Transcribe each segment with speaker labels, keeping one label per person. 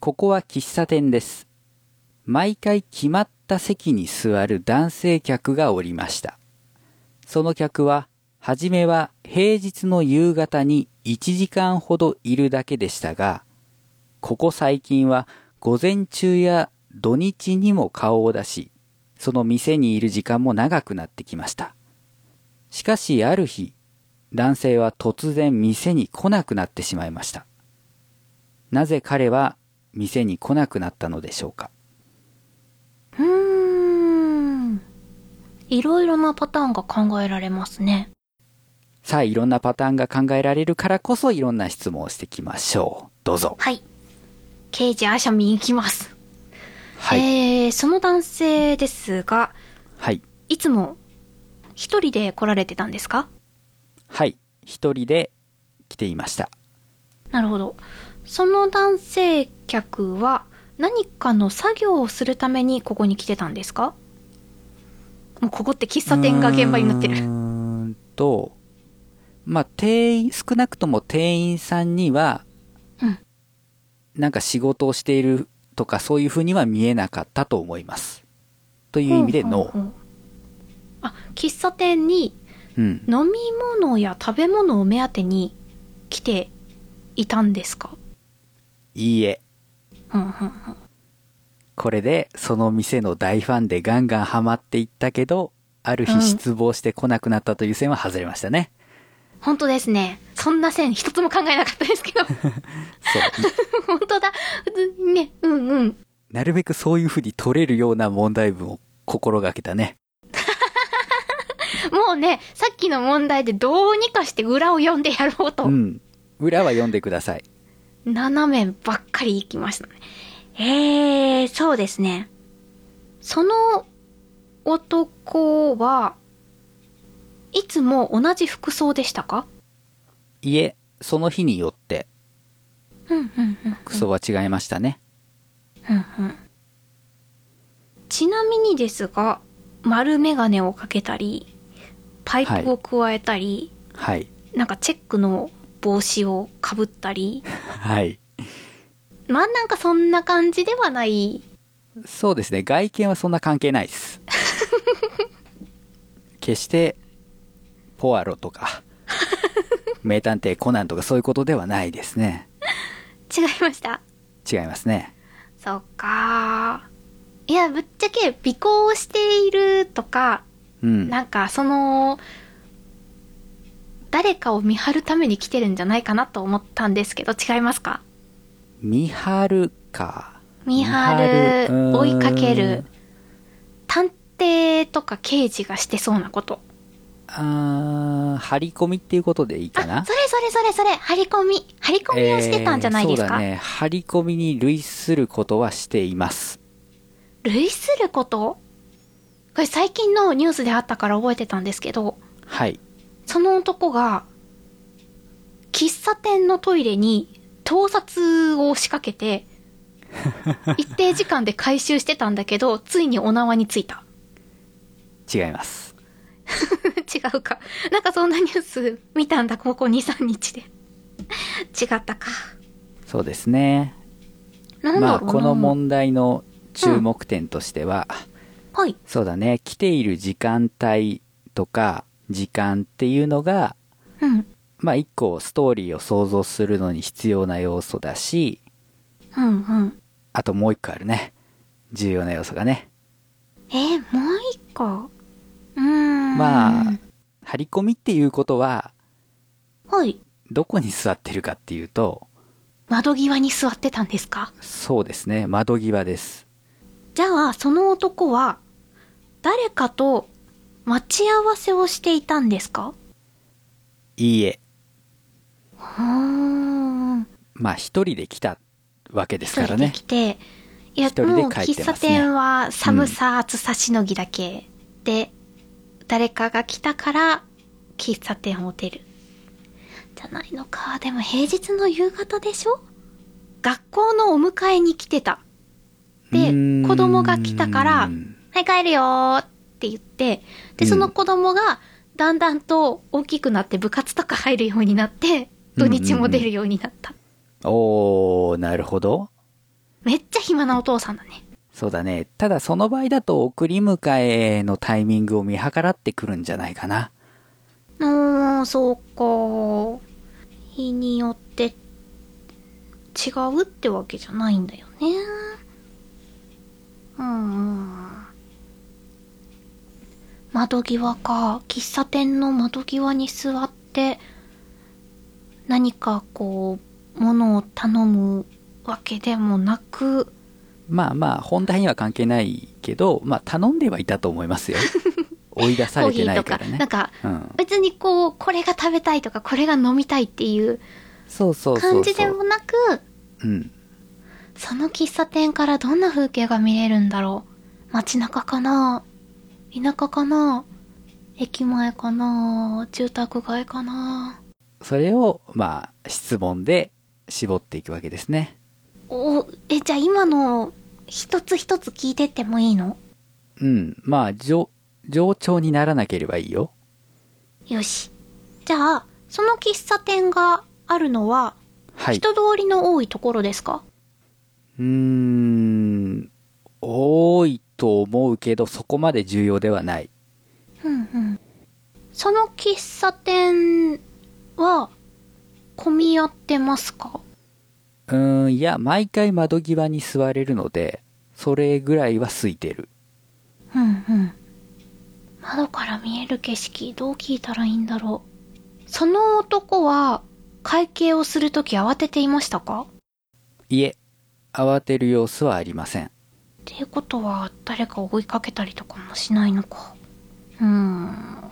Speaker 1: ここは喫茶店です。毎回決まった席に座る男性客がおりました。その客は、はじめは平日の夕方に1時間ほどいるだけでしたが、ここ最近は午前中や土日にも顔を出し、その店にいる時間も長くなってきました。しかしある日、男性は突然店に来なくなってしまいました。なぜ彼は店に来なくなったのでしょうか。
Speaker 2: うーん。いろいろなパターンが考えられますね。
Speaker 1: さあ、いろんなパターンが考えられるからこそいろんな質問をしていきましょう。どうぞ。
Speaker 2: はい。刑事アシャミン行きます。
Speaker 1: はい。
Speaker 2: えー、その男性ですが、
Speaker 1: はい。
Speaker 2: いつも一人で来られてたんですか
Speaker 1: はい。一人で来ていました。
Speaker 2: なるほど。その男性客は何かの作業をするためにここに来てたんですかもうここって喫茶店が現場になって
Speaker 1: うー
Speaker 2: る。
Speaker 1: んと、まあ、店員、少なくとも店員さんには、
Speaker 2: うん
Speaker 1: なんか仕事をしているとかそういうふうには見えなかったと思います。という意味で
Speaker 2: ほう
Speaker 1: ノ
Speaker 2: ほう
Speaker 1: ー。
Speaker 2: ほうあ、喫茶店に
Speaker 1: うん。
Speaker 2: 飲み物や食べ物を目当てに来ていたんですか
Speaker 1: いいえ。
Speaker 2: うんうんうん。
Speaker 1: これでその店の大ファンでガンガンハマっていったけど、ある
Speaker 2: う
Speaker 1: 日
Speaker 2: ん
Speaker 1: 失望して来なくなったという線は外れましたね。
Speaker 2: 本当ですね。そんな線一つも考えなかったですけど。
Speaker 1: そう。
Speaker 2: 本当だ。普通にね、うんうん。
Speaker 1: なるべくそういうふうに取れるような問題文を心がけたね。
Speaker 2: もうね、さっきの問題でどうにかして裏を読んでやろうと。
Speaker 1: うん。裏は読んでください。
Speaker 2: 斜めばっかり行きましたね。えー、そうですね。その男はいつも同じ服装でしたか
Speaker 1: いえ、その日によって
Speaker 2: うんうんうんうん。
Speaker 1: 服装は違いましたね。
Speaker 2: うんうん。ちなみにですが、丸メガネをかけたり、パイプを加えたり、
Speaker 1: はい。
Speaker 2: なんかチェックの帽子をかぶったり、
Speaker 1: はい。
Speaker 2: まあなんかそんな感じではない。
Speaker 1: そうですね。外見はそんな関係ないです。決して、ポアロとか、名探偵コナンとかそういうことではないですね。
Speaker 2: 違いました。
Speaker 1: 違いますね。
Speaker 2: そっかーいや、ぶっちゃけ尾行をしているとか、
Speaker 1: うん。
Speaker 2: なんかその、誰かを見張るために来てるんじゃないかなと思ったんですけど、違いますか
Speaker 1: 見張るか。
Speaker 2: 見張
Speaker 1: 見張
Speaker 2: る、
Speaker 1: る
Speaker 2: 追いかけ
Speaker 1: う
Speaker 2: る
Speaker 1: ん、
Speaker 2: 探偵とか刑事がしてそうなこと。
Speaker 1: あー、張り込みっていうことでいいかな
Speaker 2: あ、それそれそれそれ、張り込み。張り込みをしてたんじゃないです
Speaker 1: えーそうだ
Speaker 2: か、
Speaker 1: ね。張り込みに類することはしています。
Speaker 2: 類することこれ最近のニュースであったから覚えてたんですけど、
Speaker 1: はい。
Speaker 2: その男が、喫茶店のトイレに盗撮を仕掛 けて、一定時間で回収してたんだけど、ついにお縄についた。
Speaker 1: 違います。
Speaker 2: 違うか。なんかそんなニュース見たんだ、ここ2、3日で。 違ったか。
Speaker 1: そうですね。
Speaker 2: なん
Speaker 1: ま
Speaker 2: だ
Speaker 1: あ、
Speaker 2: ろうな。
Speaker 1: この問題の注目点としては、
Speaker 2: はい。
Speaker 1: そうだね、来ている時間帯とか、時間っていうのが、
Speaker 2: うん。
Speaker 1: まあ、一個ストーリーを想像するのに必要な要素だし、
Speaker 2: うんうん。
Speaker 1: あともう一個あるね。重要な要素がね。
Speaker 2: えーもう一個うーん。
Speaker 1: まあ、張り込みっていうことは、
Speaker 2: はい。
Speaker 1: どこに座ってるかっていうと、
Speaker 2: 窓際に座ってたんですか
Speaker 1: そうですね、窓際です。
Speaker 2: じゃあ、その男は、誰かと待ち合わせをしていたんですか
Speaker 1: いいえ、
Speaker 2: うーん。
Speaker 1: まあ、一人で来たわけです
Speaker 2: 一
Speaker 1: から
Speaker 2: 人で
Speaker 1: ね
Speaker 2: 来。て、いや、
Speaker 1: 一人で
Speaker 2: もう
Speaker 1: 帰ってますね
Speaker 2: 喫茶店は寒さ、暑さしのぎだけで、誰かが来たから、喫茶店を出る。じゃないのか。でも平日の夕方でしょ学校のお迎えに来てた。で
Speaker 1: うーん
Speaker 2: 子供が来たからはい、帰るよーって言って、
Speaker 1: う
Speaker 2: で、
Speaker 1: ん
Speaker 2: その子供が、だんだんと大きくなって部活とか入るようになって、土日も出るようになった。
Speaker 1: おー、なるほど。
Speaker 2: めっちゃ暇なお父さんだね。
Speaker 1: そうだね。ただその場合だと送り迎えのタイミングを見計らってくるんじゃないかな。
Speaker 2: うーん、そうか。日によって違うってわけじゃないんだよね。うんうん。窓際か。喫茶店の窓際に座って、何かこう、物を頼むわけでもなく、
Speaker 1: まあまあ、本題には関係ないけど、まあ頼んではいたと思いますよ。 追い出
Speaker 2: コ
Speaker 1: さ
Speaker 2: ー
Speaker 1: れ
Speaker 2: ヒ
Speaker 1: てな
Speaker 2: ーと
Speaker 1: い
Speaker 2: か、
Speaker 1: からね。
Speaker 2: なんか、
Speaker 1: うん。
Speaker 2: 別にこう、これが食べたいとか、これが飲みたいっていう
Speaker 1: そうそうそうそう。
Speaker 2: 感じでもなく、
Speaker 1: うん。
Speaker 2: その喫茶店からどんな風景が見れるんだろう街中かな田舎かな駅前かな住宅街かな
Speaker 1: それを、まあ、質問で絞っていくわけですね。
Speaker 2: お、え、じゃあ今の一つ一つ聞いてってもいいの
Speaker 1: うん。まあ、上、上調にならなければいいよ。
Speaker 2: よし。じゃあ、その喫茶店があるのは、
Speaker 1: はい。
Speaker 2: 人通りの多いところですか
Speaker 1: うーん。多いと思うけど、そこまで重要ではない。
Speaker 2: うんうん。その喫茶店は、混み合ってますか
Speaker 1: うーん、いや、毎回窓際に座れるので、それぐらいは空いてる。
Speaker 2: うんうん。窓から見える景色、どう聞いたらいいんだろう。その男は、会計をするとき慌てていましたか
Speaker 1: いえ、慌てる様子はありません。
Speaker 2: っていうことは、誰か追いかけたりとかもしないのか。うーん。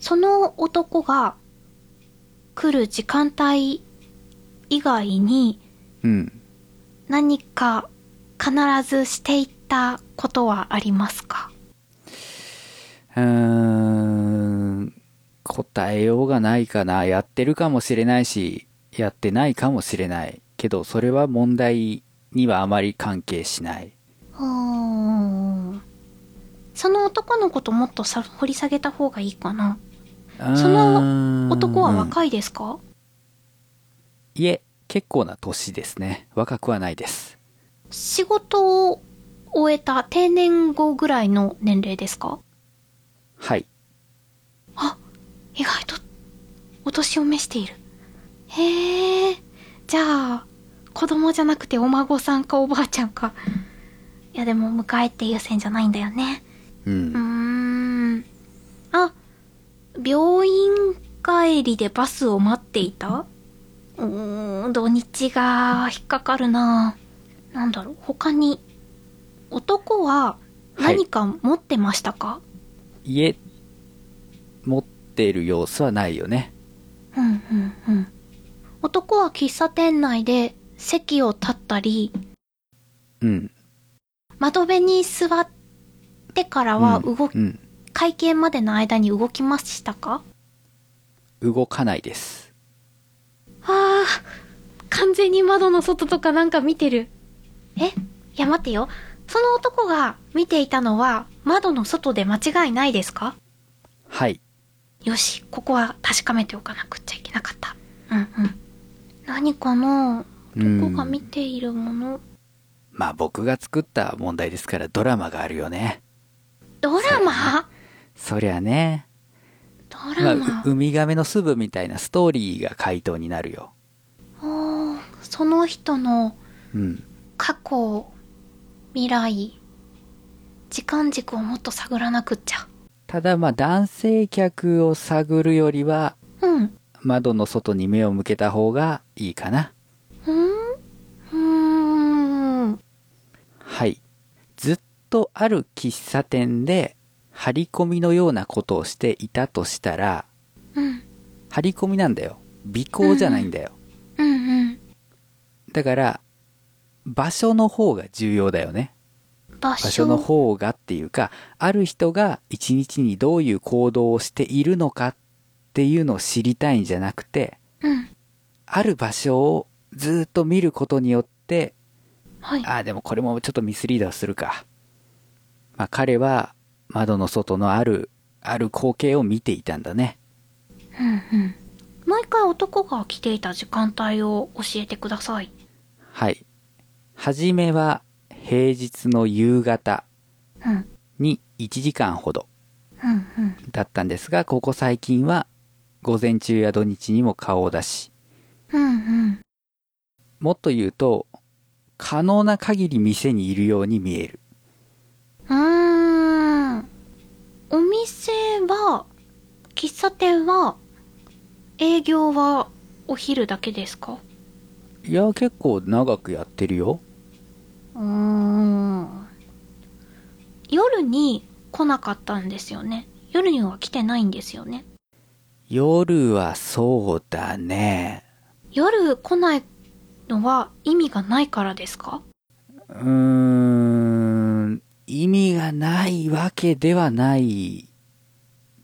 Speaker 2: その男が、来る時間帯以外に、
Speaker 1: うん。
Speaker 2: 何か必ずしていったことはありますか
Speaker 1: うーん、答えようがないかな。やってるかもしれないし、やってないかもしれない。けど、それは問題にはあまり関係しない。
Speaker 2: うーんその男のこともっとさ掘り下げた方がいいかなその男は
Speaker 1: い、
Speaker 2: 若いですか
Speaker 1: いえ、結構な年ですね。若くはないです。
Speaker 2: 仕事を終えた定年後ぐらいの年齢ですか
Speaker 1: はい。
Speaker 2: 意外とお年を召しているへえじゃあ子供じゃなくてお孫さんかおばあちゃんかいやでも迎えっていう線じゃないんだよね
Speaker 1: う
Speaker 2: うー
Speaker 1: ん。
Speaker 2: んあ、病院帰りでバスを待っていたうーん、土日が引っかかるななんだろう、他に、男は何か持ってましたか、
Speaker 1: いえ、持ってる様子はないよね。
Speaker 2: うんうんうん。男は喫茶店内で席を立ったり、
Speaker 1: うん。
Speaker 2: 窓辺に座ってからは
Speaker 1: うん
Speaker 2: 動き、
Speaker 1: うん
Speaker 2: 会見までの間に動きましたか
Speaker 1: 動かないです。
Speaker 2: ああ、完全に窓の外とかなんか見てる。えいや待ってよ。その男が見ていたのは窓の外で間違いないですか
Speaker 1: はい。
Speaker 2: よし、ここは確かめておかなくっちゃいけなかった。うんうん。何かな
Speaker 1: うん
Speaker 2: 男が見ているもの。
Speaker 1: まあ僕が作った問題ですからドラマがあるよね。
Speaker 2: ドラマ
Speaker 1: そりゃね。
Speaker 2: ド
Speaker 1: ま
Speaker 2: ラ
Speaker 1: あ、
Speaker 2: マ
Speaker 1: うウミガメの巣部みたいなストーリーが回答になるよ。
Speaker 2: おーその人の
Speaker 1: うん。
Speaker 2: 過去、未来、時間軸をもっと探らなくっちゃ。
Speaker 1: ただまあ男性客を探るよりは
Speaker 2: うん。
Speaker 1: 窓の外に目を向けた方がいいかな。
Speaker 2: うんうーん。
Speaker 1: はい。ずっとある喫茶店で張り込みのようなことをしていたとしたら、
Speaker 2: うん。
Speaker 1: 張り込みなんだよ。尾行じゃないんだよ。
Speaker 2: うんうん。
Speaker 1: だから、場所の方が重要だよね。
Speaker 2: 場所。
Speaker 1: 場所の方がっていうか、ある人が一日にどういう行動をしているのかっていうのを知りたいんじゃなくて、
Speaker 2: うん。
Speaker 1: ある場所をずっと見ることによって、
Speaker 2: はい。
Speaker 1: ああ、でもこれもちょっとミスリードするか。まあ彼は窓の外のある、ある光景を見ていたんだね。
Speaker 2: うんうん。毎回男が来ていた時間帯を教えてください。
Speaker 1: はい。はじめは平日の夕方
Speaker 2: うん。うん
Speaker 1: に1時間ほど
Speaker 2: うん。
Speaker 1: だったんですが、ここ最近は午前中や土日にも顔を出し、
Speaker 2: うんうん。
Speaker 1: もっと言うと、可能な限り店にいるように見える。
Speaker 2: うーん。お店は、喫茶店は、営業はお昼だけですか
Speaker 1: いや、結構長くやってるよ。
Speaker 2: うーん。夜に来なかったんですよね。夜には来てないんですよね。
Speaker 1: 夜はそうだね。
Speaker 2: 夜来ないのは意味がないからですか
Speaker 1: うーん、意味がないわけではない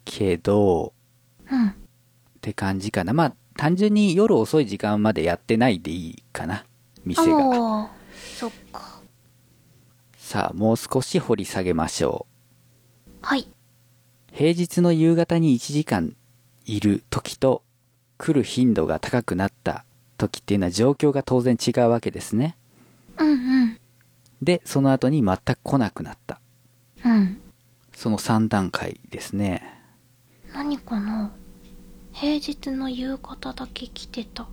Speaker 1: けど、
Speaker 2: うん。
Speaker 1: って感じかな。まあ、単純に夜遅い時間までやってないでいいかな。店が。
Speaker 2: ああ、そっか。
Speaker 1: さあ、もう少し掘り下げましょう。
Speaker 2: はい。
Speaker 1: 平日の夕方に1時間いる時と、来る頻度が高くなった時っていうのは状況が当然違うわけですね。
Speaker 2: うんうん。
Speaker 1: で、その後に全く来なくなった。
Speaker 2: うん。
Speaker 1: その3段階ですね。
Speaker 2: 何かな平日の夕方だけ来てた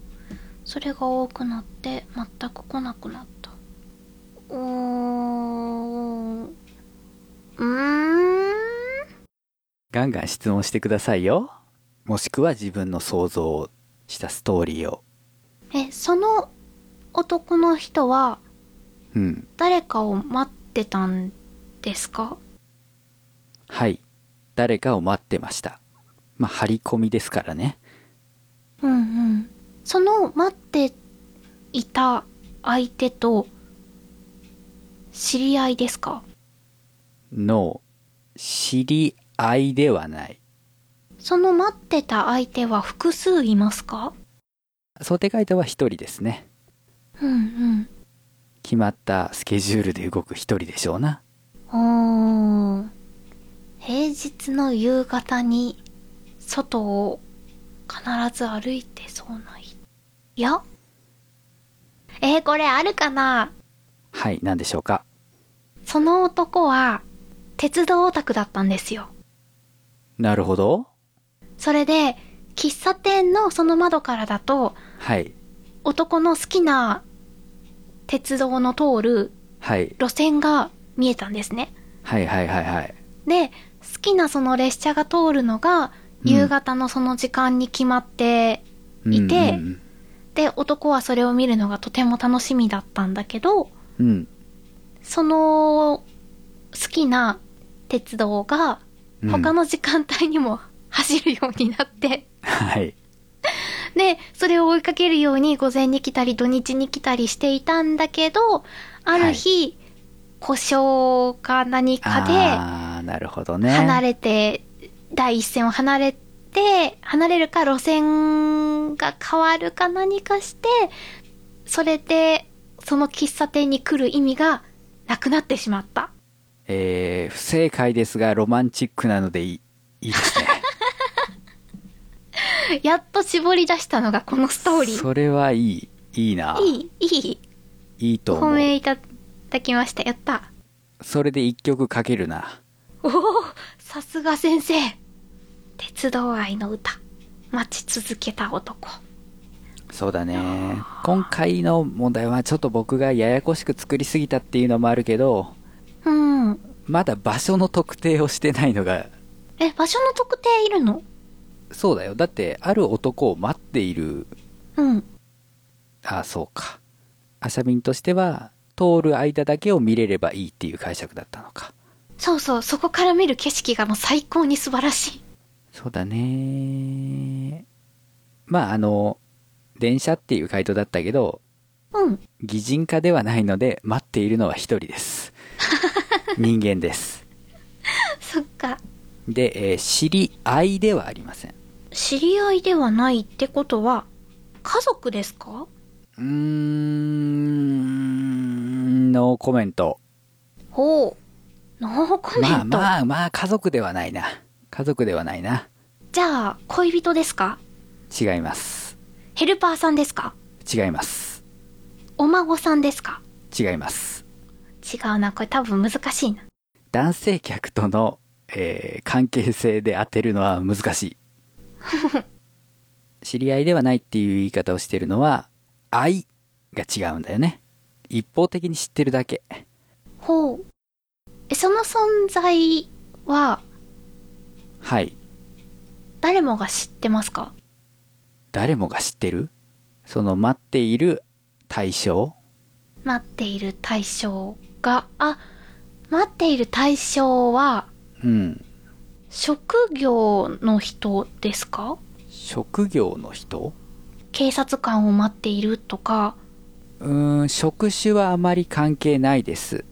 Speaker 2: それが多くなって全く来なくなったうーんうーん
Speaker 1: ガンガン質問してくださいよ。もしくは自分の想像をしたストーリーを。
Speaker 2: えその男の人は
Speaker 1: うん。
Speaker 2: 誰かを待ってたんですか
Speaker 1: はい。誰かを待ってました。まあ、張り込みですからね。
Speaker 2: うんうんその待っていた相手と知り合いですか
Speaker 1: の、知り合いではない。
Speaker 2: その待ってた相手は複数いますか
Speaker 1: 想定回答は一人ですね。
Speaker 2: うん
Speaker 1: 決まったスケジュールで動く一人でしょうな。
Speaker 2: うん。おー平日の夕方に外を必ず歩いてそうな人。いやえー、これあるかな
Speaker 1: はい、何でしょうか。
Speaker 2: その男は鉄道オタクだったんですよ。
Speaker 1: なるほど。
Speaker 2: それで、喫茶店のその窓からだと、
Speaker 1: はい。
Speaker 2: 男の好きな鉄道の通る
Speaker 1: はい。
Speaker 2: 路線が見えたんですね。
Speaker 1: はいはいはいはい。
Speaker 2: で好きなその列車が通るのが
Speaker 1: うん
Speaker 2: 夕方のその時間に決まって、いて
Speaker 1: うんうん
Speaker 2: で男はそれを見るのがとても楽しみだったんだけど
Speaker 1: うん。うん
Speaker 2: その好きな鉄道が
Speaker 1: うん
Speaker 2: 他の時間帯にも走るようになって、
Speaker 1: はい。
Speaker 2: でそれを追いかけるように午前に来たり土日に来たりしていたんだけどある日、故障か何かで。
Speaker 1: あー、なるほどね。
Speaker 2: 離れて、第一線を離れて、離れるか路線が変わるか何かして、それで、その喫茶店に来る意味がなくなってしまった。
Speaker 1: えー、不正解ですが、ロマンチックなのでいい、いい ですね。
Speaker 2: やっと絞り出したのがこのストーリー。
Speaker 1: それはいい。いいな。い
Speaker 2: いい、いい。
Speaker 1: いと
Speaker 2: お
Speaker 1: 思
Speaker 2: 褒め
Speaker 1: う。
Speaker 2: いただきました。やった。
Speaker 1: それで一曲かけるな。
Speaker 2: おおさすが先生。鉄道愛の歌。待ち続けた男。
Speaker 1: そうだね。今回の問題はちょっと僕がややこしく作りすぎたっていうのもあるけど、
Speaker 2: うん。
Speaker 1: まだ場所の特定をしてないのが、
Speaker 2: え、場所の特定いるの
Speaker 1: そうだよ。だって、ある男を待っている、
Speaker 2: うん。
Speaker 1: あ、そうか。アシャミンとしては、通る間だけを見れればいいっていう解釈だったのか。
Speaker 2: そうそう、そこから見る景色がもう最高に素晴らしい。
Speaker 1: そうだね。まあ、あの、電車っていう回答だったけど、
Speaker 2: うん。
Speaker 1: 擬人化ではないので、待っているのは一人です。人間です。
Speaker 2: そっか。
Speaker 1: で、えー知り合いではありません。
Speaker 2: 知り合いではないってことは、家族ですか
Speaker 1: うーん、ノーコメント。
Speaker 2: ほう。ノーコメン
Speaker 1: まあ
Speaker 2: ト。
Speaker 1: まあまあ、家族ではないな。家族ではないな。
Speaker 2: じゃあ、恋人ですか
Speaker 1: 違います。
Speaker 2: ヘルパーさんですか
Speaker 1: 違います。
Speaker 2: お孫さんですか
Speaker 1: 違います。
Speaker 2: 違うな。これ多分難しいな。
Speaker 1: 男性客との、えー関係性で当てるのは難 しい。知り合いではないっていう言い方をしてるのは、愛が違うんだよね。一方的に知ってるだけ。
Speaker 2: ほう。え、その存在は
Speaker 1: はい。
Speaker 2: 誰もが知ってますか
Speaker 1: 誰もが知ってるその待っている対象
Speaker 2: 待っている対象が、あ、待っている対象は
Speaker 1: うん。
Speaker 2: 職業の人ですか
Speaker 1: 職業の人
Speaker 2: 警察官を待っているとか、
Speaker 1: うーん、職種はあまり関係ないです。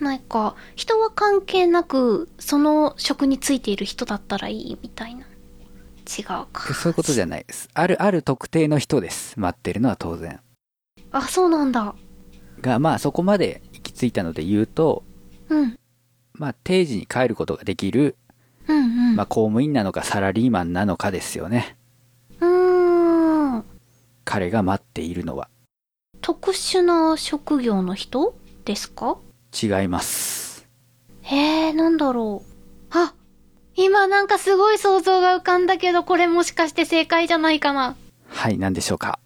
Speaker 2: なんか、人は関係なく、その職についている人だったらいいみたいな。違うか。
Speaker 1: そういうことじゃないです。ある、ある特定の人です。待ってるのは当然。
Speaker 2: あ、そうなんだ。
Speaker 1: が、まあそこまで行き着いたので言うと、
Speaker 2: うん。
Speaker 1: まあ定時に帰ることができる、
Speaker 2: うんうん。
Speaker 1: まあ公務員なのかサラリーマンなのかですよね。
Speaker 2: うーん。
Speaker 1: 彼が待っているのは
Speaker 2: 特殊な職業の人ですか
Speaker 1: 違います。
Speaker 2: へえ、なんだろう。あ、今なんかすごい想像が浮かんだけど、これもしかして正解じゃないかな。
Speaker 1: はい、何でしょうか。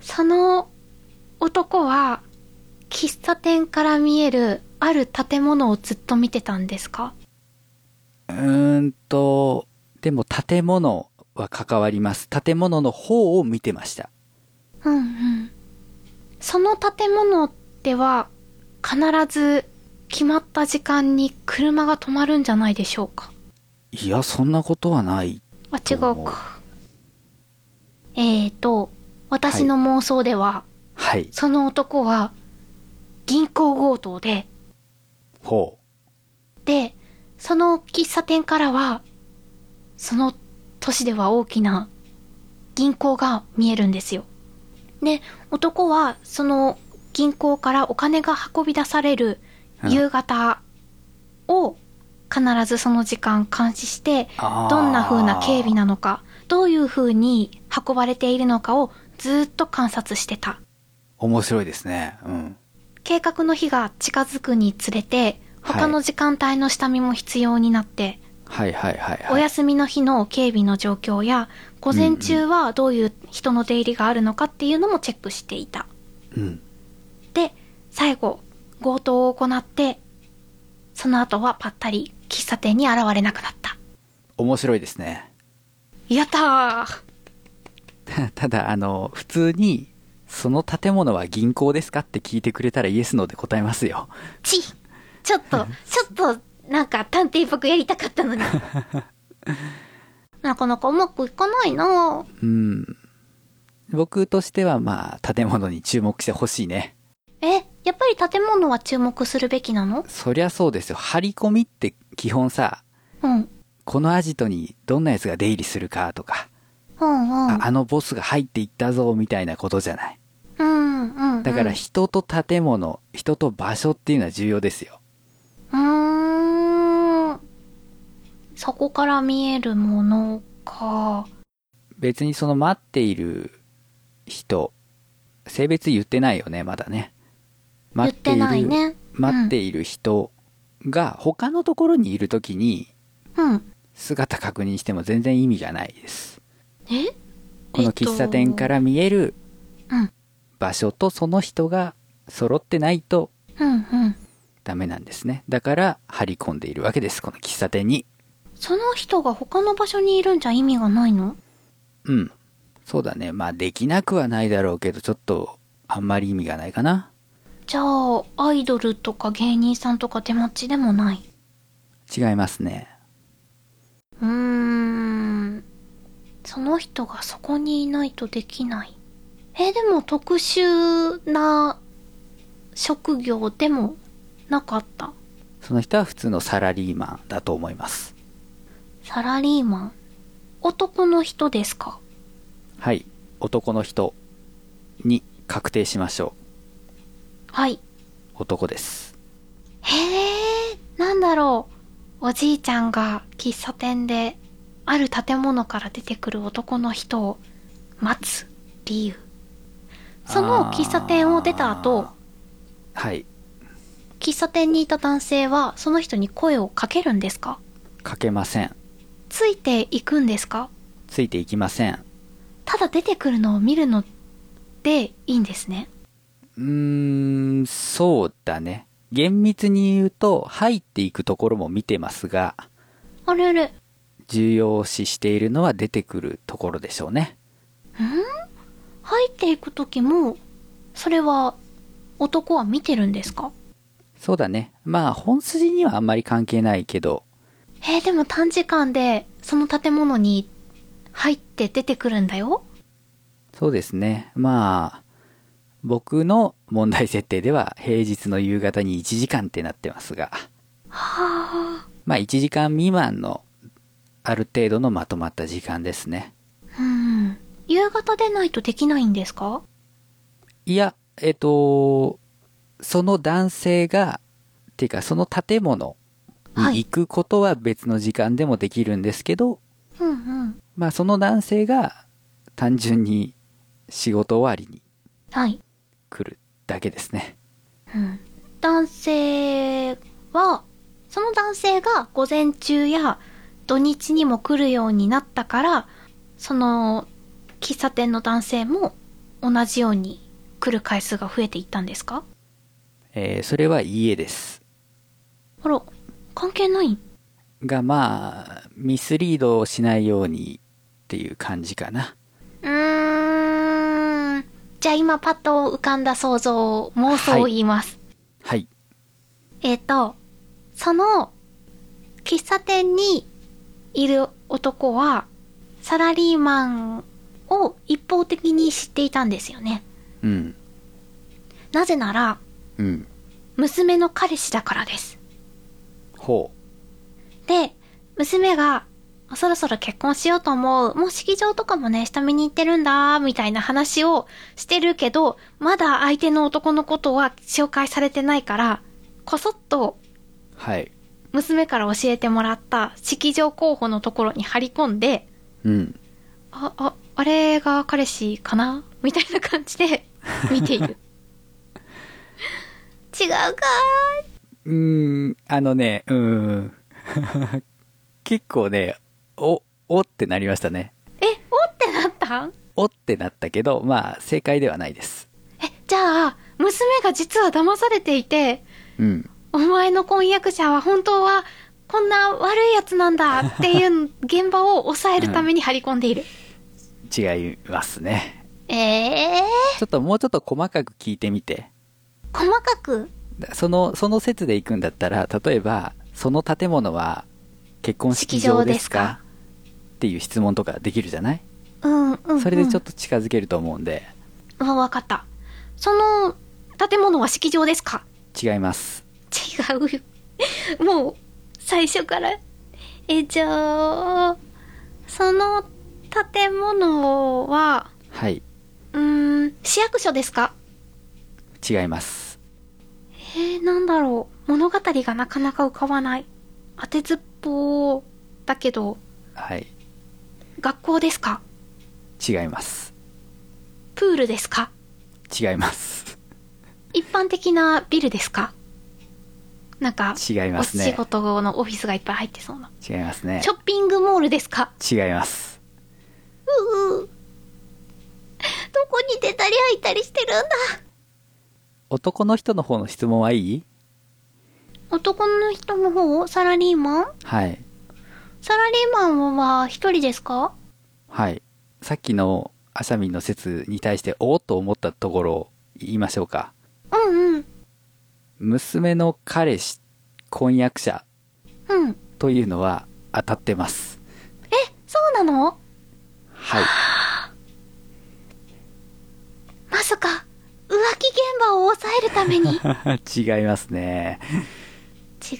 Speaker 2: その男は、喫茶店から見えるある建物をずっと見てたんですか
Speaker 1: うーんと、でも建物は関わります。建物の方を見てました。
Speaker 2: うんうん。その建物では、必ず決まった時間に車が止まるんじゃないでしょうか。
Speaker 1: いや、そんなことはない。
Speaker 2: あ、違う
Speaker 1: どうも
Speaker 2: か。えーと、私の妄想では、
Speaker 1: はい。
Speaker 2: その男は、銀行強盗で、
Speaker 1: ほ
Speaker 2: で、その喫茶店からは、その都市では大きな銀行が見えるんですよ。で、男はその銀行からお金が運び出される
Speaker 1: うん
Speaker 2: 夕方を必ずその時間監視して、
Speaker 1: あー
Speaker 2: どんな風な警備なのか、どういう風に運ばれているのかをずーっと観察してた。
Speaker 1: う。面白いですね。うん。
Speaker 2: 計画の日が近づくにつれて
Speaker 1: はい
Speaker 2: 他の時間帯の下見も必要になって、
Speaker 1: はいはいはいはい。
Speaker 2: お休みの日の警備の状況や午前中はどういう人の出入りがあるのかっていうのもチェックしていた
Speaker 1: うん。
Speaker 2: で最後強盗を行ってその後はぱったり喫茶店に現れなくなった
Speaker 1: 面白いですね。
Speaker 2: やったー
Speaker 1: たただ、あの、普通に、その建物は銀行ですかって聞いてくれたらイエスノーで答えますよ。
Speaker 2: ちちょっとちょっとなんか探偵っぽくやりたかっ たのになかなかうまくいかないなぁ
Speaker 1: うん。僕としては、まあ、建物に注目してほしいね。
Speaker 2: え、やっぱり建物は注目するべきなの
Speaker 1: そりゃそうですよ。張り込みって基本さ、
Speaker 2: うん。
Speaker 1: このアジトにどんな奴が出入りするかとか、
Speaker 2: うんうん
Speaker 1: あ。あのボスが入っていったぞみたいなことじゃない。
Speaker 2: うんうん。
Speaker 1: だから人と建物、人と場所っていうのは重要ですよ。
Speaker 2: うん。うーん。そこから見えるものか。
Speaker 1: 別にその待っている人、性別言ってないよね、まだね。
Speaker 2: 言ってないね。
Speaker 1: 待っている人が他のところにいるときに
Speaker 2: うん。
Speaker 1: 姿確認しても全然意味がないです。
Speaker 2: え
Speaker 1: この喫茶店か。ら見える
Speaker 2: うん
Speaker 1: 場所とその人が揃ってないと
Speaker 2: えっとうんうん。
Speaker 1: ダメなんですね。だから張り込んでいるわけです、この喫茶店に。
Speaker 2: その人が他の場所にいるんじゃ意味がないの
Speaker 1: うん。そうだね。まあできなくはないだろうけど、ちょっとあんまり意味がないかな。
Speaker 2: じゃあ、アイドルとか芸人さんとか出待ちでもない。
Speaker 1: 違いますね。
Speaker 2: うーん。その人がそこにいないとできない。え、でも特殊な職業でもなかった。
Speaker 1: その人は普通のサラリーマンだと思います。
Speaker 2: サラリーマン。男の人ですか
Speaker 1: はい。男の人に確定しましょ
Speaker 2: はい。
Speaker 1: う。男です。
Speaker 2: へえ、なんだろう。おじいちゃんが喫茶店である建物から出てくる男の人を待つ理由。その喫茶店を出た後
Speaker 1: あ、はい
Speaker 2: 喫茶店にいた男性はその人に声をかけるんですか
Speaker 1: かけません
Speaker 2: ついていくんですか
Speaker 1: ついていきません
Speaker 2: ただ出てくるのを見るのでいいんですね。
Speaker 1: うーんそうだね厳密に言うと入っていくところも見てますが
Speaker 2: あれあれ。
Speaker 1: 重要視しているのは出てくるところでしょうね
Speaker 2: 入っていく時も、それは男は見てるんですか
Speaker 1: そうだねまあ本筋にはあんまり関係ないけど
Speaker 2: えー、でも短時間でその建物に入って出てくるんだよ。
Speaker 1: そうですね。まあ、僕の問題設定では平日の夕方に1時間ってなってますが、
Speaker 2: はあ。
Speaker 1: まあ1時間未満のある程度のまとまった時間ですね。
Speaker 2: うん。夕方でないとできないんですか
Speaker 1: いや、えっと、その男性が、っていうかその建物
Speaker 2: はい
Speaker 1: に行くことは別の時間でもできるんですけど、
Speaker 2: うんうん。
Speaker 1: まあその男性が単純に仕事終わりに
Speaker 2: はい。
Speaker 1: 来るだけですね。
Speaker 2: うん。男性は、その男性が午前中や土日にも来るようになったから、その喫茶店の男性も同じように来る回数が増えていったんですか
Speaker 1: えーそれは家です。
Speaker 2: あら、関係ないん
Speaker 1: がまあミスリードをしないようにっていう感じかな
Speaker 2: うーん。じゃあ今パッと浮かんだ想像、妄想を言います。
Speaker 1: はい
Speaker 2: えっ、と、その、喫茶店にいる男は、サラリーマンを一方的に知っていたんですよね。
Speaker 1: うん
Speaker 2: なぜなら、
Speaker 1: うん
Speaker 2: 娘の彼氏だからです。
Speaker 1: ほ
Speaker 2: で、娘が、そろそろ結婚しようと思う。もう式場とかもね、下見に行ってるんだ、みたいな話をしてるけど、まだ相手の男のことは紹介されてないから、こそっと
Speaker 1: うはい
Speaker 2: 娘から教えてもらった式場候補のところに張り込んで、
Speaker 1: うん
Speaker 2: あ、あ、あれが彼氏かなみたいな感 じで見ている。違うか
Speaker 1: うーんあのねうーん 結構ねおおってなりましたね
Speaker 2: ーいえ、おってなったん
Speaker 1: おってなったけどまあ正解ではないです
Speaker 2: え、じゃあ、娘が実は騙されていて、
Speaker 1: うん
Speaker 2: お前の婚約者は本当はこんな悪いやつなんだっていう現場を抑えるために張り込んで いる。
Speaker 1: 違いますね
Speaker 2: ええ
Speaker 1: ちょっともうちょっと細かく聞いてみて
Speaker 2: ー、細かく。
Speaker 1: そのその説で行くんだったら例えばその建物は結婚式場ですか
Speaker 2: 式場
Speaker 1: っていう質問とかできるじゃない
Speaker 2: うん、うんうん。
Speaker 1: それでちょっと近づけると思うんで、
Speaker 2: わ、わかった。その、建物は式場ですか
Speaker 1: 違います
Speaker 2: 違うよ。もう、最初から。え、じゃあ、その建物は、
Speaker 1: はいう
Speaker 2: ーん、市役所ですか
Speaker 1: 違います
Speaker 2: えー、なんだろう。物語がなかなか浮かばない。当てずっぽうだけど、
Speaker 1: はい
Speaker 2: 学校ですか
Speaker 1: 違います
Speaker 2: プールですか
Speaker 1: 違います
Speaker 2: 一般的なビルですかなんか、
Speaker 1: 違います
Speaker 2: お仕
Speaker 1: ね
Speaker 2: 事のオフィスがいっぱい入ってそうな。
Speaker 1: 違いますね
Speaker 2: ショッピングモールですか
Speaker 1: 違います
Speaker 2: うう。どこに出たり入ったりしてるんだ。
Speaker 1: 男の人の方の質問はいい
Speaker 2: 男の人の方サラリーマン
Speaker 1: はい
Speaker 2: サラリーマンは一人ですか
Speaker 1: はいさっきのあさみんの説に対しておおっと思ったところを言いましょうか
Speaker 2: うんうん。
Speaker 1: 娘の彼氏婚約者
Speaker 2: うん。
Speaker 1: というのは当たってます
Speaker 2: そうなの
Speaker 1: はい
Speaker 2: まさか、浮気現場を抑えるため に違う
Speaker 1: 違いますね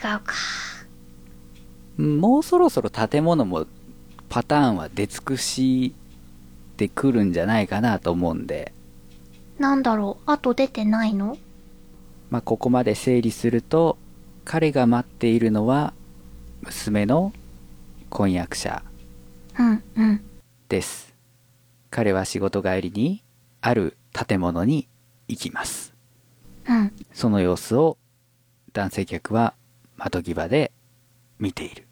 Speaker 2: か。
Speaker 1: もうそろそろ建物もパターンは出尽くしてくるんじゃないかなと思うんで、
Speaker 2: なんだろう、あと出てないの
Speaker 1: まあ、ここまで整理すると彼が待っているのは娘の婚約者
Speaker 2: うんうん。
Speaker 1: です彼は仕事帰りにある建物に行きます
Speaker 2: うん。
Speaker 1: その様子を男性客は窓際で見ている。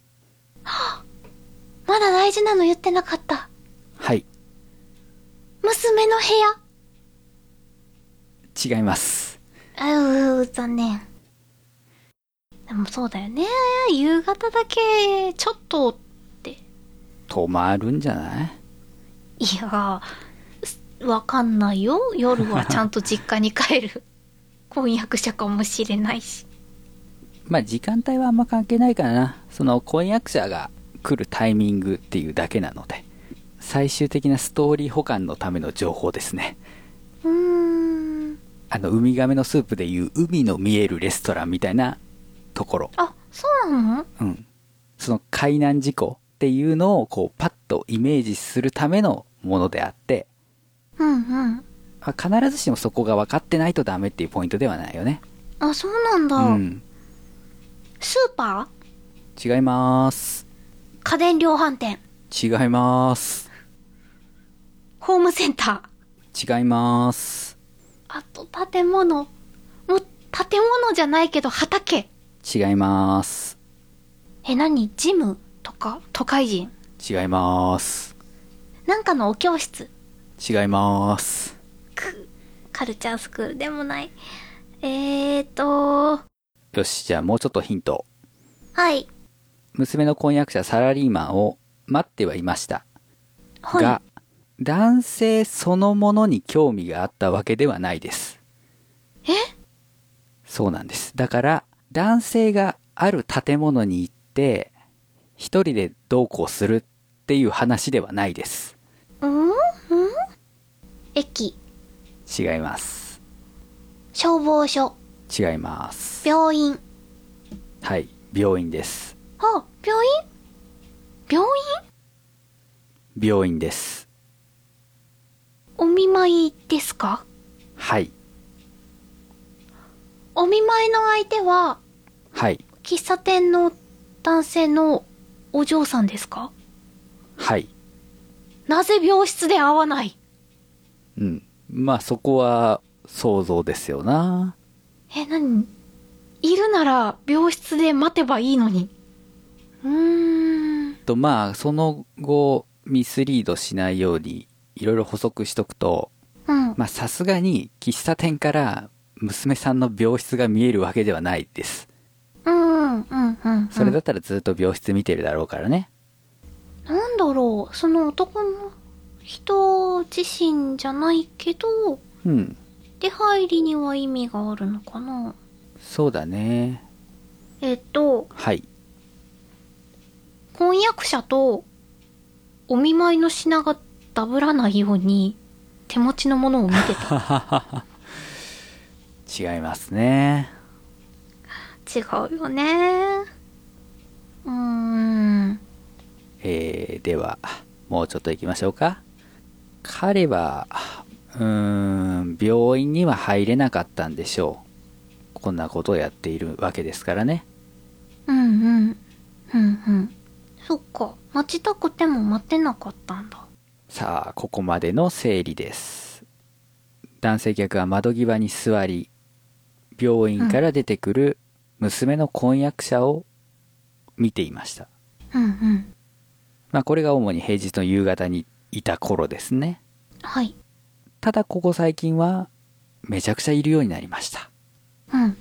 Speaker 2: まだ大事なの言ってなかった。
Speaker 1: はい、
Speaker 2: 娘の部
Speaker 1: 違います。
Speaker 2: 屋。あうー、残念。でもそうだよね。夕方だけ、ちょっとって。
Speaker 1: 止まるんじゃない
Speaker 2: いやー、わかんないよ。夜はちゃんと実家に帰る。 婚約者かもしれないし。
Speaker 1: まあ時間帯はあんま関係ないからな。その婚約者が来るタイミングっていうだけなので。最終的なストーリー保管のための情報ですね。
Speaker 2: うーん。
Speaker 1: あの、ウミガメのスープでいう海の見えるレストランみたいなところ。
Speaker 2: あ、そうなの
Speaker 1: うん。その海難事故っていうのをこうパッとイメージするためのものであって、
Speaker 2: うんうん。
Speaker 1: まあ必ずしもそこが分かってないとダメっていうポイントではないよね。
Speaker 2: あ、そうなんだ。
Speaker 1: うん。
Speaker 2: スーパー
Speaker 1: 違います。
Speaker 2: 家電量販店。
Speaker 1: 違います。
Speaker 2: ホームセンター。
Speaker 1: 違います。
Speaker 2: あと、建物。もう、建物じゃないけど、畑。
Speaker 1: 違います。
Speaker 2: え、何ジムとか都会人
Speaker 1: 違います。
Speaker 2: なんかのお教室。
Speaker 1: 違います。
Speaker 2: くカルチャースクールでもない。えーと、
Speaker 1: よし、じゃあもうちょっとヒント。
Speaker 2: はい。
Speaker 1: 娘の婚約者サラリーマンを待ってはいました。
Speaker 2: はい。
Speaker 1: が、男性そのものに興味があったわけではないです。
Speaker 2: え
Speaker 1: そうなんです。だから、男性がある建物に行って、一人でどうこうするっていう話ではないです。
Speaker 2: うんうん駅、
Speaker 1: 違います。
Speaker 2: 消防署、
Speaker 1: 違います。
Speaker 2: 病院。
Speaker 1: はい、病院です。
Speaker 2: あ、病院病院
Speaker 1: 病院です。
Speaker 2: お見舞いですか
Speaker 1: はい、
Speaker 2: お見舞いの相手は、
Speaker 1: はい、
Speaker 2: 喫茶店の男性のお嬢さんですか
Speaker 1: はい。
Speaker 2: なぜ病室で会わない
Speaker 1: うん。まあそこは想像ですよな。
Speaker 2: え、何いるなら病室で待てばいいのに。うーん。
Speaker 1: とまあその後ミスリードしないようにいろいろ補足しとくと
Speaker 2: うん。
Speaker 1: まあさすがに喫茶店から娘さんの病室が見えるわけではないです
Speaker 2: うん、うん、うん、うん。
Speaker 1: それだったらずっと病室見てるだろうからね、
Speaker 2: なんだろう、その男の人自身じゃないけど、
Speaker 1: うん
Speaker 2: 出入りには意味があるのかな。
Speaker 1: そうだね
Speaker 2: えっと、
Speaker 1: はい
Speaker 2: 婚約者とお見舞いの品がダブらないように手持ちのものを見て た。
Speaker 1: 違いますね
Speaker 2: 違うよね。うーん。
Speaker 1: えー、ではもうちょっと行きましょうか彼はうーん病院には入れなかったんでしょうこんなことをやっているわけですからね
Speaker 2: うんうん。うんうん。そっか。待ちたくても待てなかったんだ。
Speaker 1: さあここまでの整理です男性客は窓際に座り病院から出てくる娘の婚約者を見ていました、
Speaker 2: うんうん。
Speaker 1: まあ、これが主に平日の夕方にいた頃ですね
Speaker 2: はい。
Speaker 1: ただここ最近はめちゃくちゃいるようになりました
Speaker 2: うん。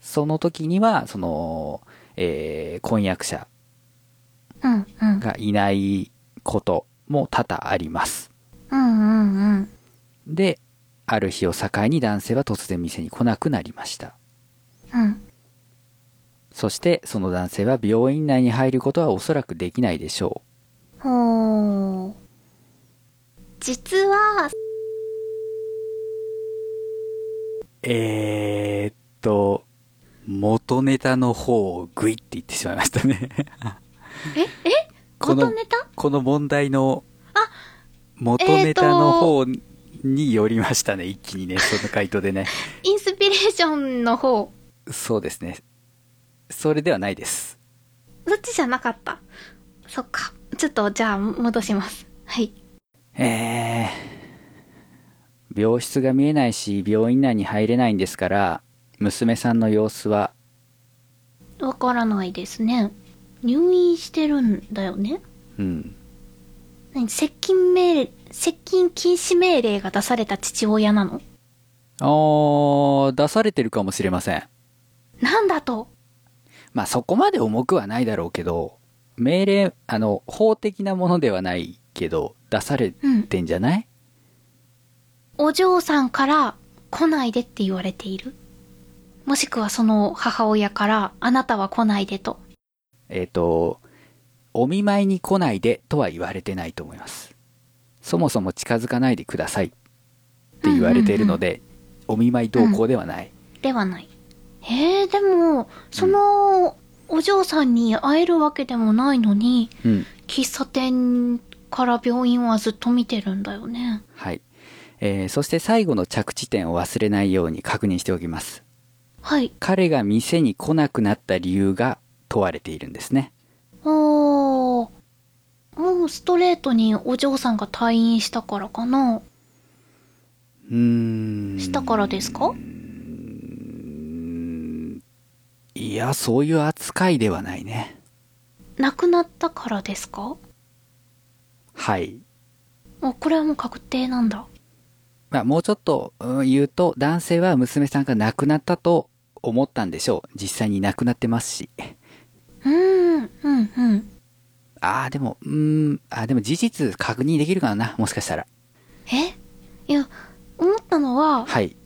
Speaker 1: その時にはその、えー婚約者
Speaker 2: うんうん。
Speaker 1: がいないことも多々あります
Speaker 2: うんうんうん。
Speaker 1: である日を境に男性は突然店に来なくなりました
Speaker 2: うん。
Speaker 1: そしてその男性は病院内に入ることはおそらくできないでしょ
Speaker 2: ほー。実は、
Speaker 1: う。えー、っと、元ネタの方をグイって言ってしまいましたね。
Speaker 2: ええ
Speaker 1: この
Speaker 2: 元ネタ
Speaker 1: この問題の
Speaker 2: あ
Speaker 1: 元ネタの方によりましたね、一気にね、その回答でね。
Speaker 2: インスピレーションの方。
Speaker 1: そうですね。それではないです。
Speaker 2: そっちじゃなかった。そっか。ちょっと、じゃあ、戻します。はい。
Speaker 1: えー、病室が見えないし病院内に入れないんですから娘さんの様子は
Speaker 2: わからないですね。入院してるんだよね。
Speaker 1: うん
Speaker 2: 何接近命令、接近禁止命令が出された父親なの
Speaker 1: あー出されてるかもしれません
Speaker 2: なんだと
Speaker 1: まあそこまで重くはないだろうけど命令あの法的なものではないけど出され
Speaker 2: うん。
Speaker 1: てんじゃない
Speaker 2: お嬢さんから来ないでって言われている。もしくはその母親からあなたは来ないでと。
Speaker 1: えっ、と、お見舞いに来ないでとは言われてないと思います。そもそも近づかないでくださいって言われているので、お見舞い同行ではない。
Speaker 2: ではない。へえ、でも、そのお嬢さんに会えるわけでもないのに、
Speaker 1: うん。
Speaker 2: 喫茶店から病院はずっと見てるんだよね。
Speaker 1: はい。えーそして最後の着地点を忘れないように確認しておきます。
Speaker 2: はい。
Speaker 1: 彼が店に来なくなった理由が問われているんですね。
Speaker 2: おー。もうストレートにお嬢さんが退院したからかな。
Speaker 1: うーん。
Speaker 2: したからですか
Speaker 1: いや、そういう扱いではないね。
Speaker 2: 亡くなったからですか
Speaker 1: はい。
Speaker 2: あこれはもう確定なんだ。
Speaker 1: まあ、もうちょっとうん言うと、男性は娘さんが亡くなったと思ったんでしょう。実際に亡くなってますし。
Speaker 2: うーん、うん、うん。
Speaker 1: ああ、でも、うーん、あーでも事実確認できるか な、もしかしたら。
Speaker 2: えいや、思ったのは、
Speaker 1: はい、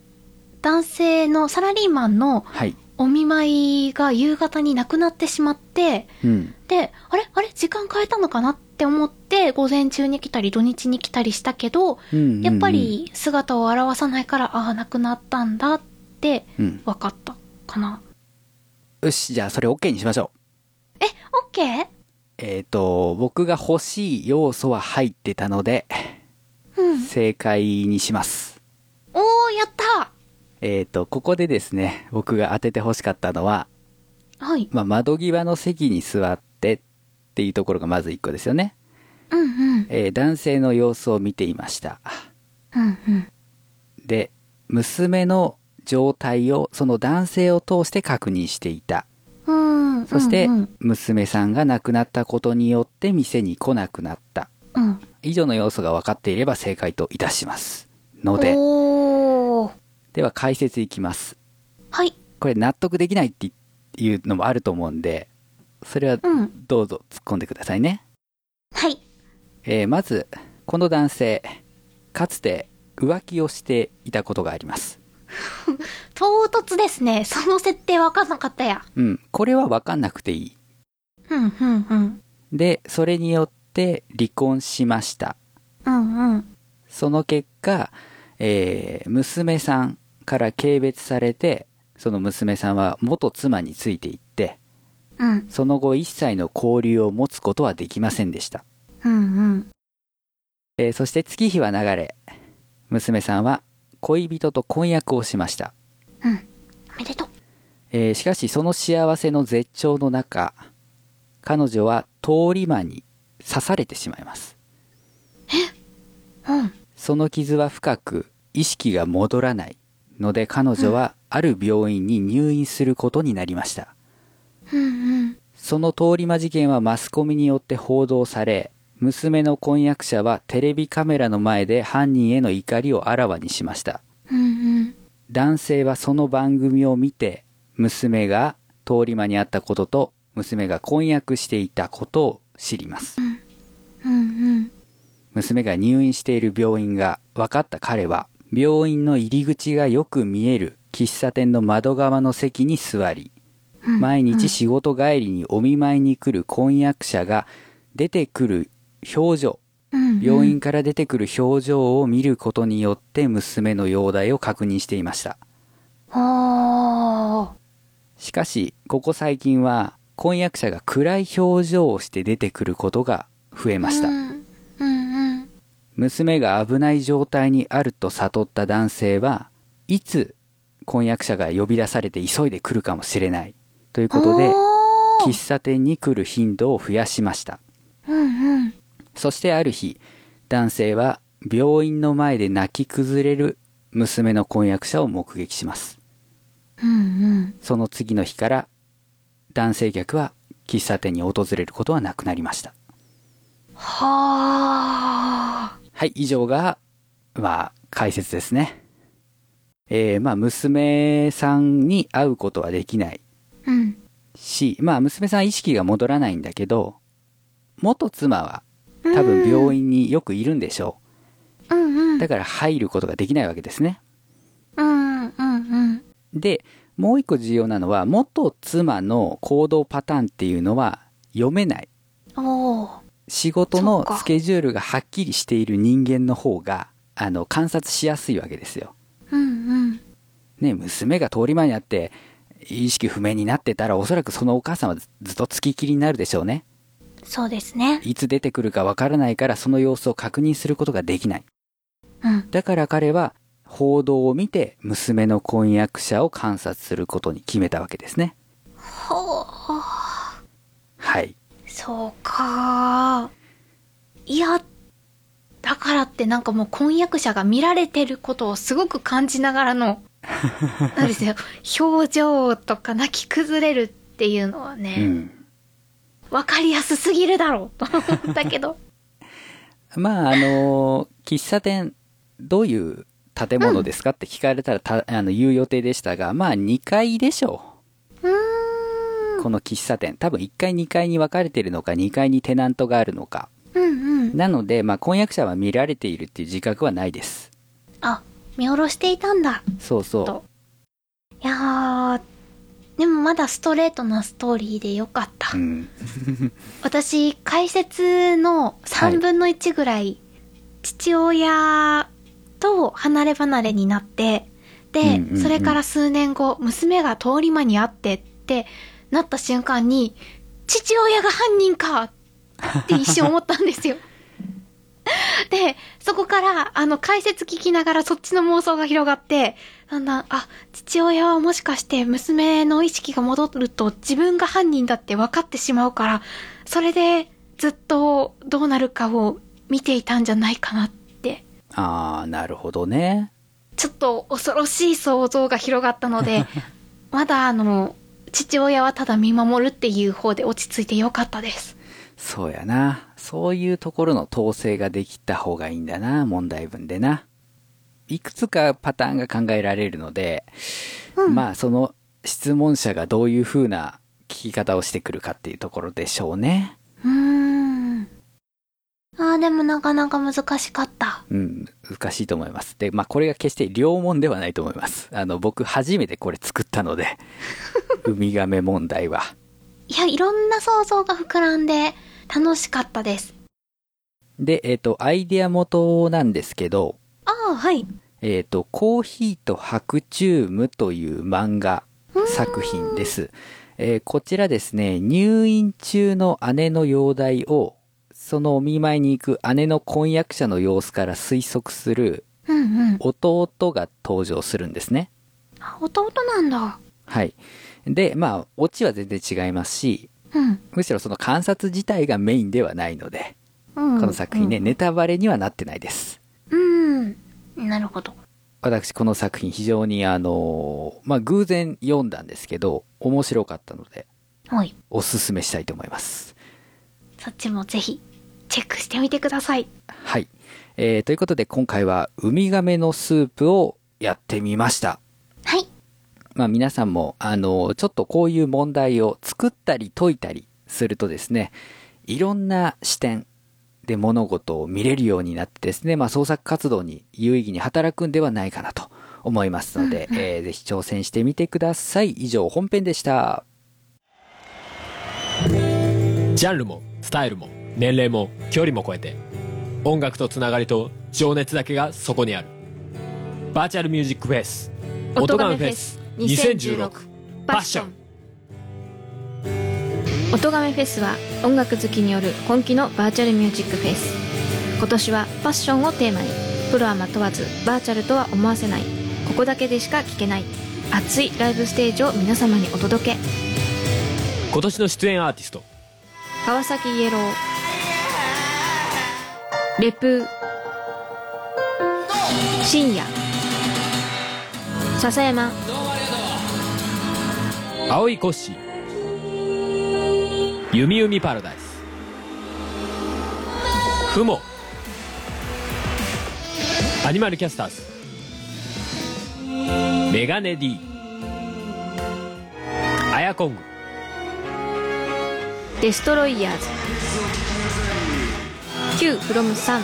Speaker 2: 男性のサラリーマンの
Speaker 1: はい。
Speaker 2: お見舞いが夕方になくなってしまって、
Speaker 1: うん、
Speaker 2: で、あれあれ時間変えたのかなって思って、午前中に来たり土日に来たりしたけど、
Speaker 1: うんうんうん
Speaker 2: やっぱ、り姿を現さないから、ああ、なくなったんだって
Speaker 1: うん。
Speaker 2: 分かったかな。
Speaker 1: よし、じゃあそれ OK にしましょう。
Speaker 2: え、オッケー
Speaker 1: えっ、と、僕が欲しい要素は入ってたので、
Speaker 2: うん。
Speaker 1: 正解にします。
Speaker 2: おー、やっ
Speaker 1: えっ、と、ここでですね、僕が当てて欲しかったのは、
Speaker 2: たはい。
Speaker 1: まあ、窓際の席に座ってっていうところがまず1個ですよね。
Speaker 2: うんうん。
Speaker 1: えー男性の様子を見ていました
Speaker 2: うんうん。
Speaker 1: で娘の状態をその男性を通して確認していた
Speaker 2: うん。
Speaker 1: そして
Speaker 2: うん
Speaker 1: 娘さんが亡くなったことによって店に来なくなった
Speaker 2: うん。
Speaker 1: 以上の要素が分かっていれば正解といたしますので
Speaker 2: おー。
Speaker 1: では解説いきます
Speaker 2: はい。
Speaker 1: これ納得できないっていうのもあると思うんでそれは
Speaker 2: うん。
Speaker 1: どうぞ突っ込んでくださいね
Speaker 2: はい。
Speaker 1: えーまずこの男性かつて浮気をしていたことがあります
Speaker 2: 唐突ですね。その設定わかんなかったや。
Speaker 1: うんこれは分かんなくていい
Speaker 2: うんうんうん。
Speaker 1: でそれによって離婚しました
Speaker 2: うんうん。
Speaker 1: その結果、えー娘さんから軽蔑されてその娘さんは元妻についていって
Speaker 2: うん。
Speaker 1: その後一切の交流を持つことはできませんでした、
Speaker 2: うんうん。
Speaker 1: えーそして月日は流れ娘さんは恋人と婚約をしました
Speaker 2: うん。おめでとう。
Speaker 1: えーしかしその幸せの絶頂の中彼女は通り魔に刺されてしまいます
Speaker 2: うん。
Speaker 1: その傷は深く意識が戻らないので彼女はある病院に入院することになりました
Speaker 2: うんうん。
Speaker 1: その通り魔事件はマスコミによって報道され娘の婚約者はテレビカメラの前で犯人への怒りをあらわにしました
Speaker 2: うんうん。
Speaker 1: 男性はその番組を見て娘が通り魔にあったことと娘が婚約していたことを知ります
Speaker 2: うん
Speaker 1: 娘が入院している病院が分かった彼は病院の入り口がよく見える喫茶店の窓側の席に座り
Speaker 2: うん。
Speaker 1: 毎日仕事帰りにお見舞いに来る婚約者が出てくる表情
Speaker 2: うん、
Speaker 1: 病院から出てくる表情を見ることによって娘の容体を確認していました
Speaker 2: おー。
Speaker 1: しかしここ最近は婚約者が暗い表情をして出てくることが増えました、
Speaker 2: うんうん。
Speaker 1: 娘が危ない状態にあると悟った男性はいつ婚約者が呼び出されて急いで来るかもしれないということで
Speaker 2: おー
Speaker 1: 喫茶店に来る頻度を増やしました
Speaker 2: うんうん。
Speaker 1: そしてある日男性は病院の前で泣き崩れる娘の婚約者を目撃します。
Speaker 2: うん
Speaker 1: その次の日から男性客は喫茶店に訪れることはなくなりました。
Speaker 2: うん。はあ。
Speaker 1: はい、以上が、まあ、解説ですね。えー、まあ、娘さんに会うことはできない
Speaker 2: うん。
Speaker 1: し、まあ、娘さんは意識が戻らないんだけど、元妻は多分病
Speaker 2: 院。
Speaker 1: 院によくいるんでしょ
Speaker 2: うんう
Speaker 1: う。
Speaker 2: ん。
Speaker 1: だから入ることができないわけですね。
Speaker 2: うんうんうん。
Speaker 1: で、もう一個重要なのは、元妻の行動パターンっていうのは読めない。
Speaker 2: おー。
Speaker 1: 仕事
Speaker 2: そっ
Speaker 1: の
Speaker 2: か
Speaker 1: スケジュールがはっきりしている人間の方が、あの、観察しやすいわけですよ。
Speaker 2: うんうん。
Speaker 1: ね、娘が通り前にあって、意識不明になってたら、おそらくそのお母さんはずずっと付きっきりになるでしょうね。
Speaker 2: そうですね。
Speaker 1: いつ出てくるかわからないから、その様子を確認することができない。
Speaker 2: うん。
Speaker 1: だから彼は、報道を見て、娘の婚約者を観察することに決めたわけですね。
Speaker 2: ほー。
Speaker 1: はい。
Speaker 2: そうかー。いや、だからってなんかもう婚約者が見られてることをすごく感じながら の、なんですよ、表情とか泣き崩れるっていうのは
Speaker 1: う
Speaker 2: ね、
Speaker 1: ん。
Speaker 2: わ、かりやすすぎるだろうと思ったけど。
Speaker 1: まあ、あの喫茶店、どういう建物ですかって聞かれたらた、あの、言う予定でしたが、まあ、2階でしょう。
Speaker 2: うーん。
Speaker 1: この喫茶店多分1階2階に分かれてるのか2階にテナントがあるのか
Speaker 2: うんうん。
Speaker 1: なので、まあ、婚約者は見られているっていう自覚はないです
Speaker 2: あ、見下ろしていたんだ。
Speaker 1: そう
Speaker 2: と
Speaker 1: そ
Speaker 2: いやー、でもまだストレートなストーリーでよかった
Speaker 1: う、う。ん、
Speaker 2: 私解説の3分の1ぐらい、父親と離れ離れになってで、
Speaker 1: うんうんうん
Speaker 2: それから数年後娘が通り魔に会ってってなった瞬間に父親が犯人かって一瞬思った んですよ。で、そこから、あの、解説聞きながらそっちの妄想が広がって、だんだん、あ、父親はもしかして娘の意識が戻ると自分が犯人だって分かってしまうから、それでずっとどうなるかを見ていたんじゃないかなって、
Speaker 1: ああなるほどね
Speaker 2: ちょっと恐ろしい想像が広がったの で、まだあの、父親はただ見守るっていう方で落ち着いてよかったです。
Speaker 1: そうやなそういうところの統制ができた方がいいんだな問題文でないくつかパターンが考えられるので、
Speaker 2: うん
Speaker 1: まあその質問者がどういう風な聞き方をしてくるかっていうところでしょうね
Speaker 2: うーん。ああ、でもなかなか難しかった。
Speaker 1: うん、難しいと思います。で、まあ、これが決して良問ではないと思います。あの、僕、初めてこれ作ったの で、ウミガメ問題は。
Speaker 2: いや、いろんな想像が膨らんで楽しかったです。
Speaker 1: で、えっ、と、アイデア元なんですけど、
Speaker 2: ああ、はい。
Speaker 1: えっ、と、コーヒーと白チュームという漫画作品です。えーこちらですね、入院中の姉の容体を、そのお見舞いに行く姉の婚約者の様子から推測する
Speaker 2: うんうん。
Speaker 1: 弟が登場するんですね。
Speaker 2: あ、弟なんだ。
Speaker 1: はい。で、まあ、オチは全然違いますし、
Speaker 2: うん。
Speaker 1: むしろその観察自体がメインではないので、
Speaker 2: うん、
Speaker 1: この作品ね、ネタバレにはなってないです。
Speaker 2: うん。うん。なるほど。
Speaker 1: 私、この作品非常にあのーまあ、偶然読んだんですけど、面白かったので、
Speaker 2: はい。
Speaker 1: おすすめしたいと思います。
Speaker 2: そっちもぜひ、チェックしてみてください。
Speaker 1: はい。えー、ということで今回は、ウミガメのスープをやってみました。
Speaker 2: はい。
Speaker 1: まあ皆さんも、あの、ちょっとこういう問題を作ったり解いたりするとですね、いろんな視点で物事を見れるようになってですね、まあ創作活動に有意義に働くんではないかなと思いますので、えーぜひ挑戦してみてください。以上、本編でした。
Speaker 3: ジャンルもスタイルも年齢も距離も超えて音楽とつながりと情熱だけがそこにあるバーチャルミュージックフェス音ガンフェス2016パッション
Speaker 4: 音亀フェスは音楽好きによる本気のバーチャルミュージックフェス今年はファッションをテーマにプロはま問わずバーチャルとは思わせないここだけでしか聞けない熱いライブステージを皆様にお届け
Speaker 3: 今年の出演アーティスト
Speaker 4: 川崎イエローレプー深夜笹山
Speaker 3: 青いコッシー弓弓パラダイスふもアニマルキャスターズメガネ D アヤコング
Speaker 4: デストロイヤーズ Q フロム3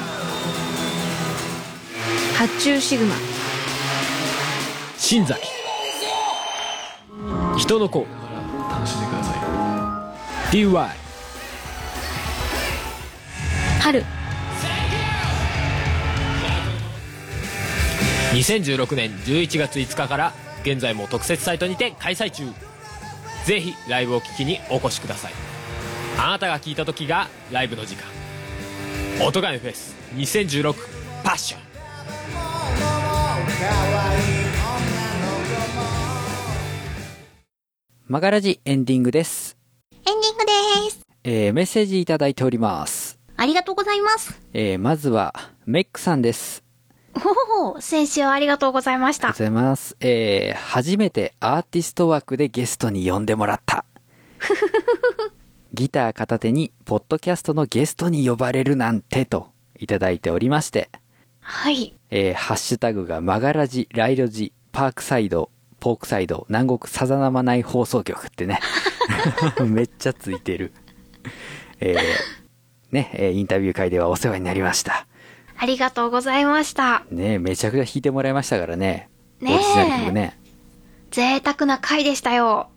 Speaker 4: 発注シグマ
Speaker 3: 新崎人の子 DY
Speaker 4: 春
Speaker 3: 2016年11月5日から現在も特設サイトにて開催中ぜひライブを聞きにお越しくださいあなたが聞いた時がライブの時間「音ガメフェス2016パッション」
Speaker 1: マガラジエンディングです。
Speaker 2: エンディングです。
Speaker 1: えーメッセージいただいております。
Speaker 2: ありがとうございます。
Speaker 1: えーまずは、メックさんです。
Speaker 2: おお、先週はありがとうございま
Speaker 1: あ
Speaker 2: し
Speaker 1: り
Speaker 2: た
Speaker 1: が。とうございます。えー初めてアーティスト枠でゲストに呼んでもら った。ギター片手に、ポッドキャストのゲストに呼ばれるなんてと、いただいておりまして、
Speaker 2: はい。
Speaker 1: えーハッシュタグがマガラジ、ライドジ、パークサイド、ポークサイド、南国さざなまない放送局って ね。めっちゃついてる。えーね、えーインタビュー会ではお世話になりました。
Speaker 2: ありがとうございました。
Speaker 1: ねめちゃくちゃ弾いてもらいましたからね。
Speaker 2: ねえ
Speaker 1: オリジナル曲ね。
Speaker 2: 贅沢な回でしたよ。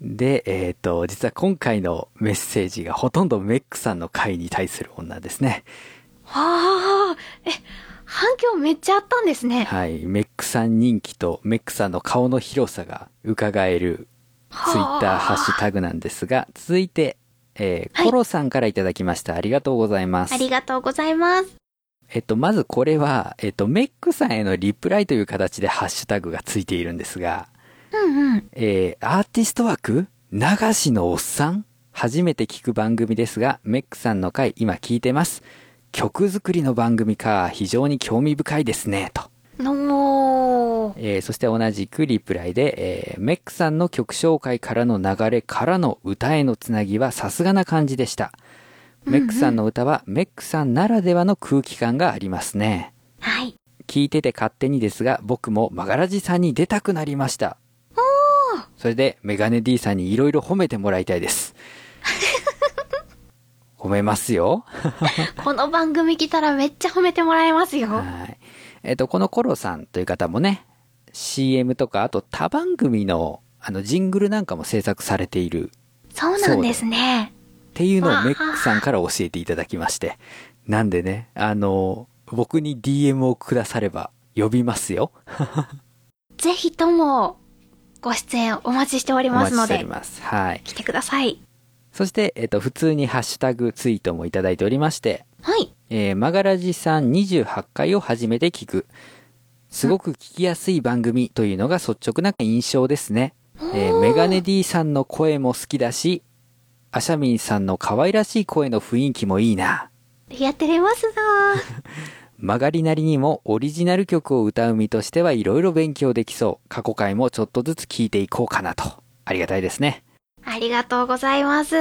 Speaker 1: で、えっ、と、実は今回のメッセージがほとんどメックさんの回に対する女ですね。
Speaker 2: はあ、え、反響めっちゃあったんですね。
Speaker 1: はい。メックさん人気とメックさんの顔の広さが伺えるツイッターハッシュタグなんですが、続いて、えー
Speaker 2: はい
Speaker 1: コロさんからいただきました。ありがとうございます。
Speaker 2: ありがとうございます。
Speaker 1: えっと、まずこれは、えっと、メックさんへのリプライという形でハッシュタグがついているんですが、
Speaker 2: うんうん。
Speaker 1: えーアーティスト枠流しのおっさん初めて聞く番組ですが、メックさんの回今聞いてます。曲作りの番組か、非常に興味深いですね、と。
Speaker 2: のー。
Speaker 1: えーそして同じくリプライで、えーメックさんの曲紹介からの流れからの歌へのつなぎはさすがな感じでした。メックさんの歌はメックさんならではの空気感がありますね。
Speaker 2: はい。
Speaker 1: 聞いてて勝手にですが、僕もマガラジさんに出たくなりました。それで、メガネ D さんにいろいろ褒めてもらいたい です。褒めますよ。
Speaker 2: この番組来たらめっちゃ褒めてもらえますよ。
Speaker 1: はい。えっ、と、このコロさんという方もね、CM とか、あと他番組の、あの、ジングルなんかも制作されている
Speaker 2: そうなんですね。
Speaker 1: っていうの
Speaker 2: わ
Speaker 1: を
Speaker 2: あ
Speaker 1: メックさんから教えていただきまして。なんでね、あの、僕に DM をくだされば呼びますよ。
Speaker 2: ぜひとも、ご出演お待ちしており
Speaker 1: お
Speaker 2: ま
Speaker 1: 待
Speaker 2: す
Speaker 1: ち
Speaker 2: の
Speaker 1: しており
Speaker 2: で、
Speaker 1: ます。はい。
Speaker 2: 来てください。
Speaker 1: そして、えっと、普通にハッシュタグツイートもいただいておりまして、
Speaker 2: はい。
Speaker 1: えー、マガラジさん28回を初めて聞く。すごく聞きやすい番組というのが率直な印象ですね。えーメガネ D さんの声も好きだし、アシャミンさんの可愛らしい声の雰囲気もいいな。
Speaker 2: やってれますな ー。
Speaker 1: 曲がりなりにもオリジナル曲を歌う身としてはいろいろ勉強できそう。過去回もちょっとずつ聞いていこうかなと。ありがたいですね。
Speaker 2: ありがとうございます。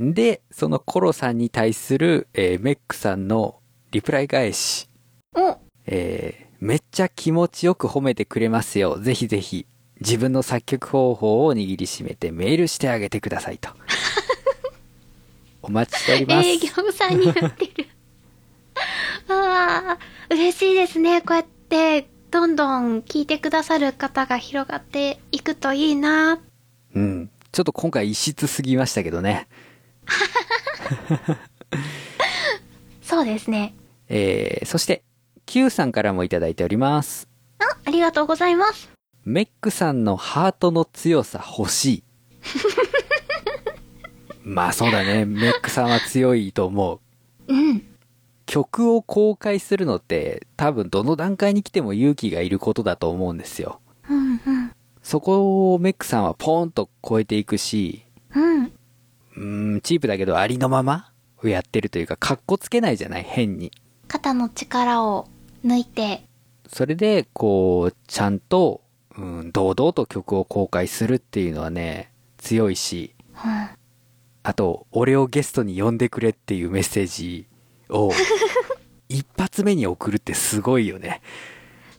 Speaker 1: で、そのコロさんに対する、えーメックさんのリプライ返し。
Speaker 2: お、
Speaker 1: えーめっちゃ気持ちよく褒めてくれますよ。ぜひぜひ、自分の作曲方法を握りしめてメールしてあげてくださいと。お待ちしております。
Speaker 2: 営業さんになって る。ああ、嬉しいですね。こうやって、どんどん聞いてくださる方が広がっていくといいな。
Speaker 1: うん。ちょっと今回異質すぎましたけどね。
Speaker 2: そうですね。
Speaker 1: えーそして、Q さんからもいただいております。
Speaker 2: あ、ありがとうございます。
Speaker 1: メックさんのハートの強さ欲しい。まあそうだね。メックさんは強いと思う。
Speaker 2: うん。
Speaker 1: 曲を公開するのって多分どの段階に来ても勇気がいることだと思うんですよ。
Speaker 2: うん、うん。
Speaker 1: そこをメックさんはポーンと超えていくし、
Speaker 2: うん。
Speaker 1: うーん、チープだけどありのままをやってるというか、かっこつけないじゃない変に。
Speaker 2: 肩の力を抜いて。
Speaker 1: それで、こう、ちゃんと、ううん、堂々と曲を公開するっていうのはね、強いし、
Speaker 2: うん
Speaker 1: あと、俺をゲストに呼んでくれっていうメッセージ を、一発目に送るってすごいよね。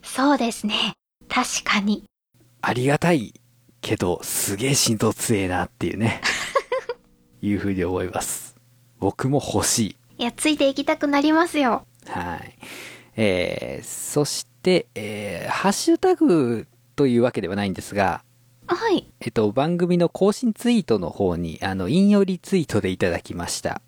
Speaker 2: そうですね。確かに。
Speaker 1: ありがたいけど、すげえ心臓強えなっていう ね。いうふうに思います。僕も欲しい。
Speaker 2: いや、ついていきたくなりますよ。
Speaker 1: はい。えー、そして、えーハッシュタグというわけではないんですが、
Speaker 2: はい。
Speaker 1: えっと、番組の更新ツイートの方に、あの、引用リツイートでいただきました。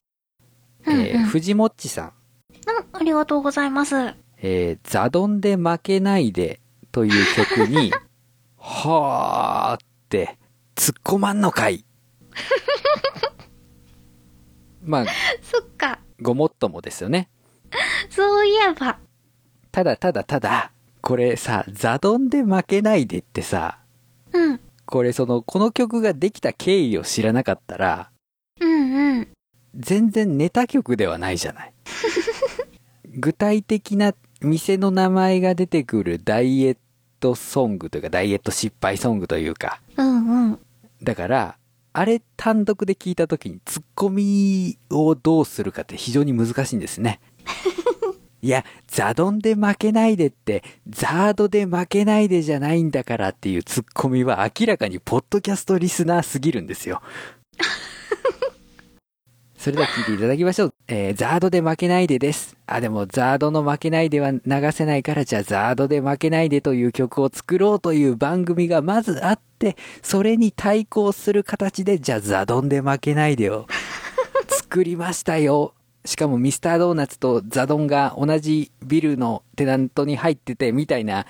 Speaker 2: うんうん
Speaker 1: えー藤もっちさん、
Speaker 2: うん、ありがとうございます。は
Speaker 1: えーザドンで負けないでという曲に、 はーって、突っ込まんのかい。 まあ、
Speaker 2: そっか。
Speaker 1: ごもっともですよね。
Speaker 2: そういえば。
Speaker 1: ただただただ、これさ、ザドンで負けないでってさ、
Speaker 2: うん。
Speaker 1: これその、この曲ができた経緯を知らなかったら、
Speaker 2: うんうん。
Speaker 1: 全然ネタ曲ではないじゃない。具体的な店の名前が出てくるダイエットソングというか、ダイエット失敗ソングというか、
Speaker 2: うんうん。
Speaker 1: だから、あれ単独で聞いた時にツッコミをどうするかって非常に難しいんですね。いや、ザドンで負けないでって、ザードで負けないでじゃないんだからっていうツッコミは明らかにポッドキャストリスナーすぎるんですよ。それでは聞いていただきましょう。えーザードで負けないでです。あ、でもザードの負けないでは流せないから、じゃあザードで負けないでという曲を作ろうという番組がまずあって、それに対抗する形で、じゃあザドンで負けないでを作りましたよ。しかもミスタードーナツとザドンが同じビルのテナントに入っててみたいな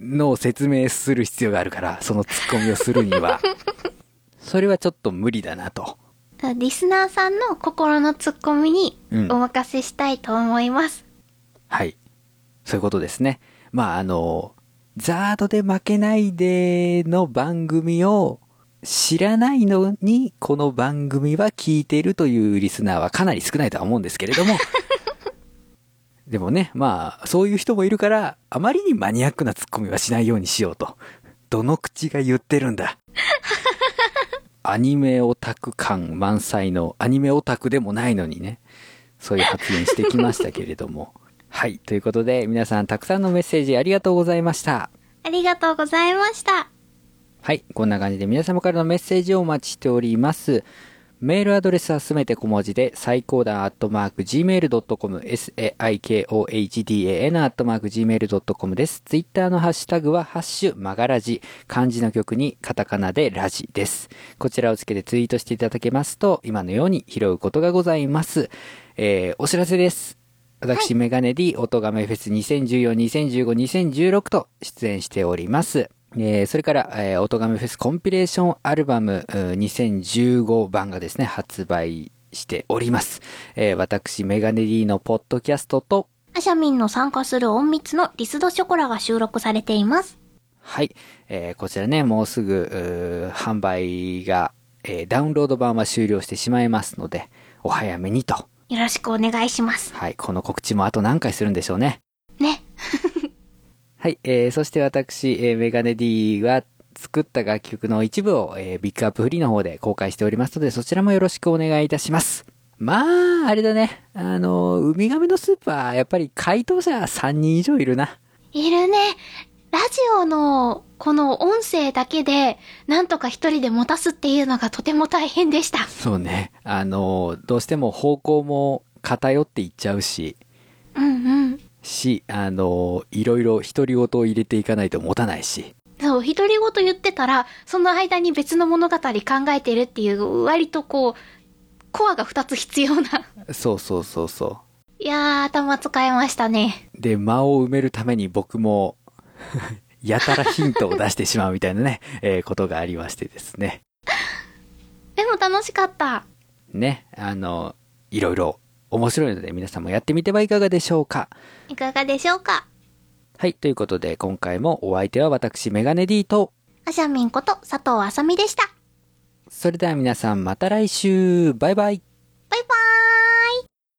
Speaker 1: のを説明する必要があるから、そのツッコミをするには。それはちょっと無理だなと。
Speaker 2: リスナーさんの心のツッコミに
Speaker 1: うん
Speaker 2: お任せしたいと思います。
Speaker 1: はい。そういうことですね。まあ、あの、ザードで負けないでの番組を知らないのに、この番組は聞いているというリスナーはかなり少ないとは思うんですけれども、でもね、まあ、そういう人もいるから、あまりにマニアックなツッコミはしないようにしようと。どの口が言ってるんだ。アニメオタク感満載のアニメオタクでもないのにね、そういう発言してきましたけれども。はい。ということで、皆さんたくさんのメッセージありがとうございました。
Speaker 2: ありがとうございました。
Speaker 1: はい。こんな感じで皆様からのメッセージをお待ちしております。メールアドレスはすべて小文字で、最高段アットマーク gmail.com、saikohdan アットマーク gmail.com です。ツイッターのハッシュタグは、ハッシュ、マガラジ、漢字の曲にカタカナでラジです。こちらをつけてツイートしていただけますと、今のように拾うことがございます。えー、お知らせです。私、メガネ D、オトガメフェス2014、2015、2016と出演しております。えーそれから、えー、オトガメフェスコンピレーションアルバムうー2015版がですね、発売しております。えー私、メガネ D のポッドキャストと、
Speaker 2: アシャミンの参加する隠密のリスドショコラが収録されています。
Speaker 1: はい、えーこちらね、もうすぐ、うー販売が、えーダウンロード版は終了してしまいますので、お早めにと。
Speaker 2: よろしくお願いします。
Speaker 1: はい、この告知もあと何回するんでしょうね。
Speaker 2: ね。
Speaker 1: はい、えーそして私、えーメガネ D は作った楽曲の一部を、えービッグアップフリーの方で公開しておりますので、そちらもよろしくお願いいたします。まあ、あれだね。あの、ウミガメのスーパー、やっぱり回答者3人以上いるな。
Speaker 2: いるね。ラジオのこの音声だけで、なんとか一人で持たすっていうのがとても大変でした。
Speaker 1: そうね。あの、どうしても方向も偏っていっちゃうし、
Speaker 2: うんうん。
Speaker 1: し、あの、いろいろ独り言を入れていかないと持たないし。
Speaker 2: そう、独り言言ってたら、その間に別の物語考えてるっていう、割とこう、コアが二つ必要な。
Speaker 1: そうそうそうそう。
Speaker 2: いやー、頭使いましたね。
Speaker 1: で、間を埋めるために僕も、 やたらヒントを出してしまうみたいなね、えーことがありましてですね。
Speaker 2: でも楽しかった。
Speaker 1: ね、あの、いろいろ面白いので皆さんもやってみてはいかがでしょうか。
Speaker 2: いかがでしょうか
Speaker 1: はい、ということで今回もお相手は私メガネ D と、
Speaker 2: アシャミンこと佐藤あさみでした。
Speaker 1: それでは皆さんまた来週バイバイ
Speaker 2: バイバーイ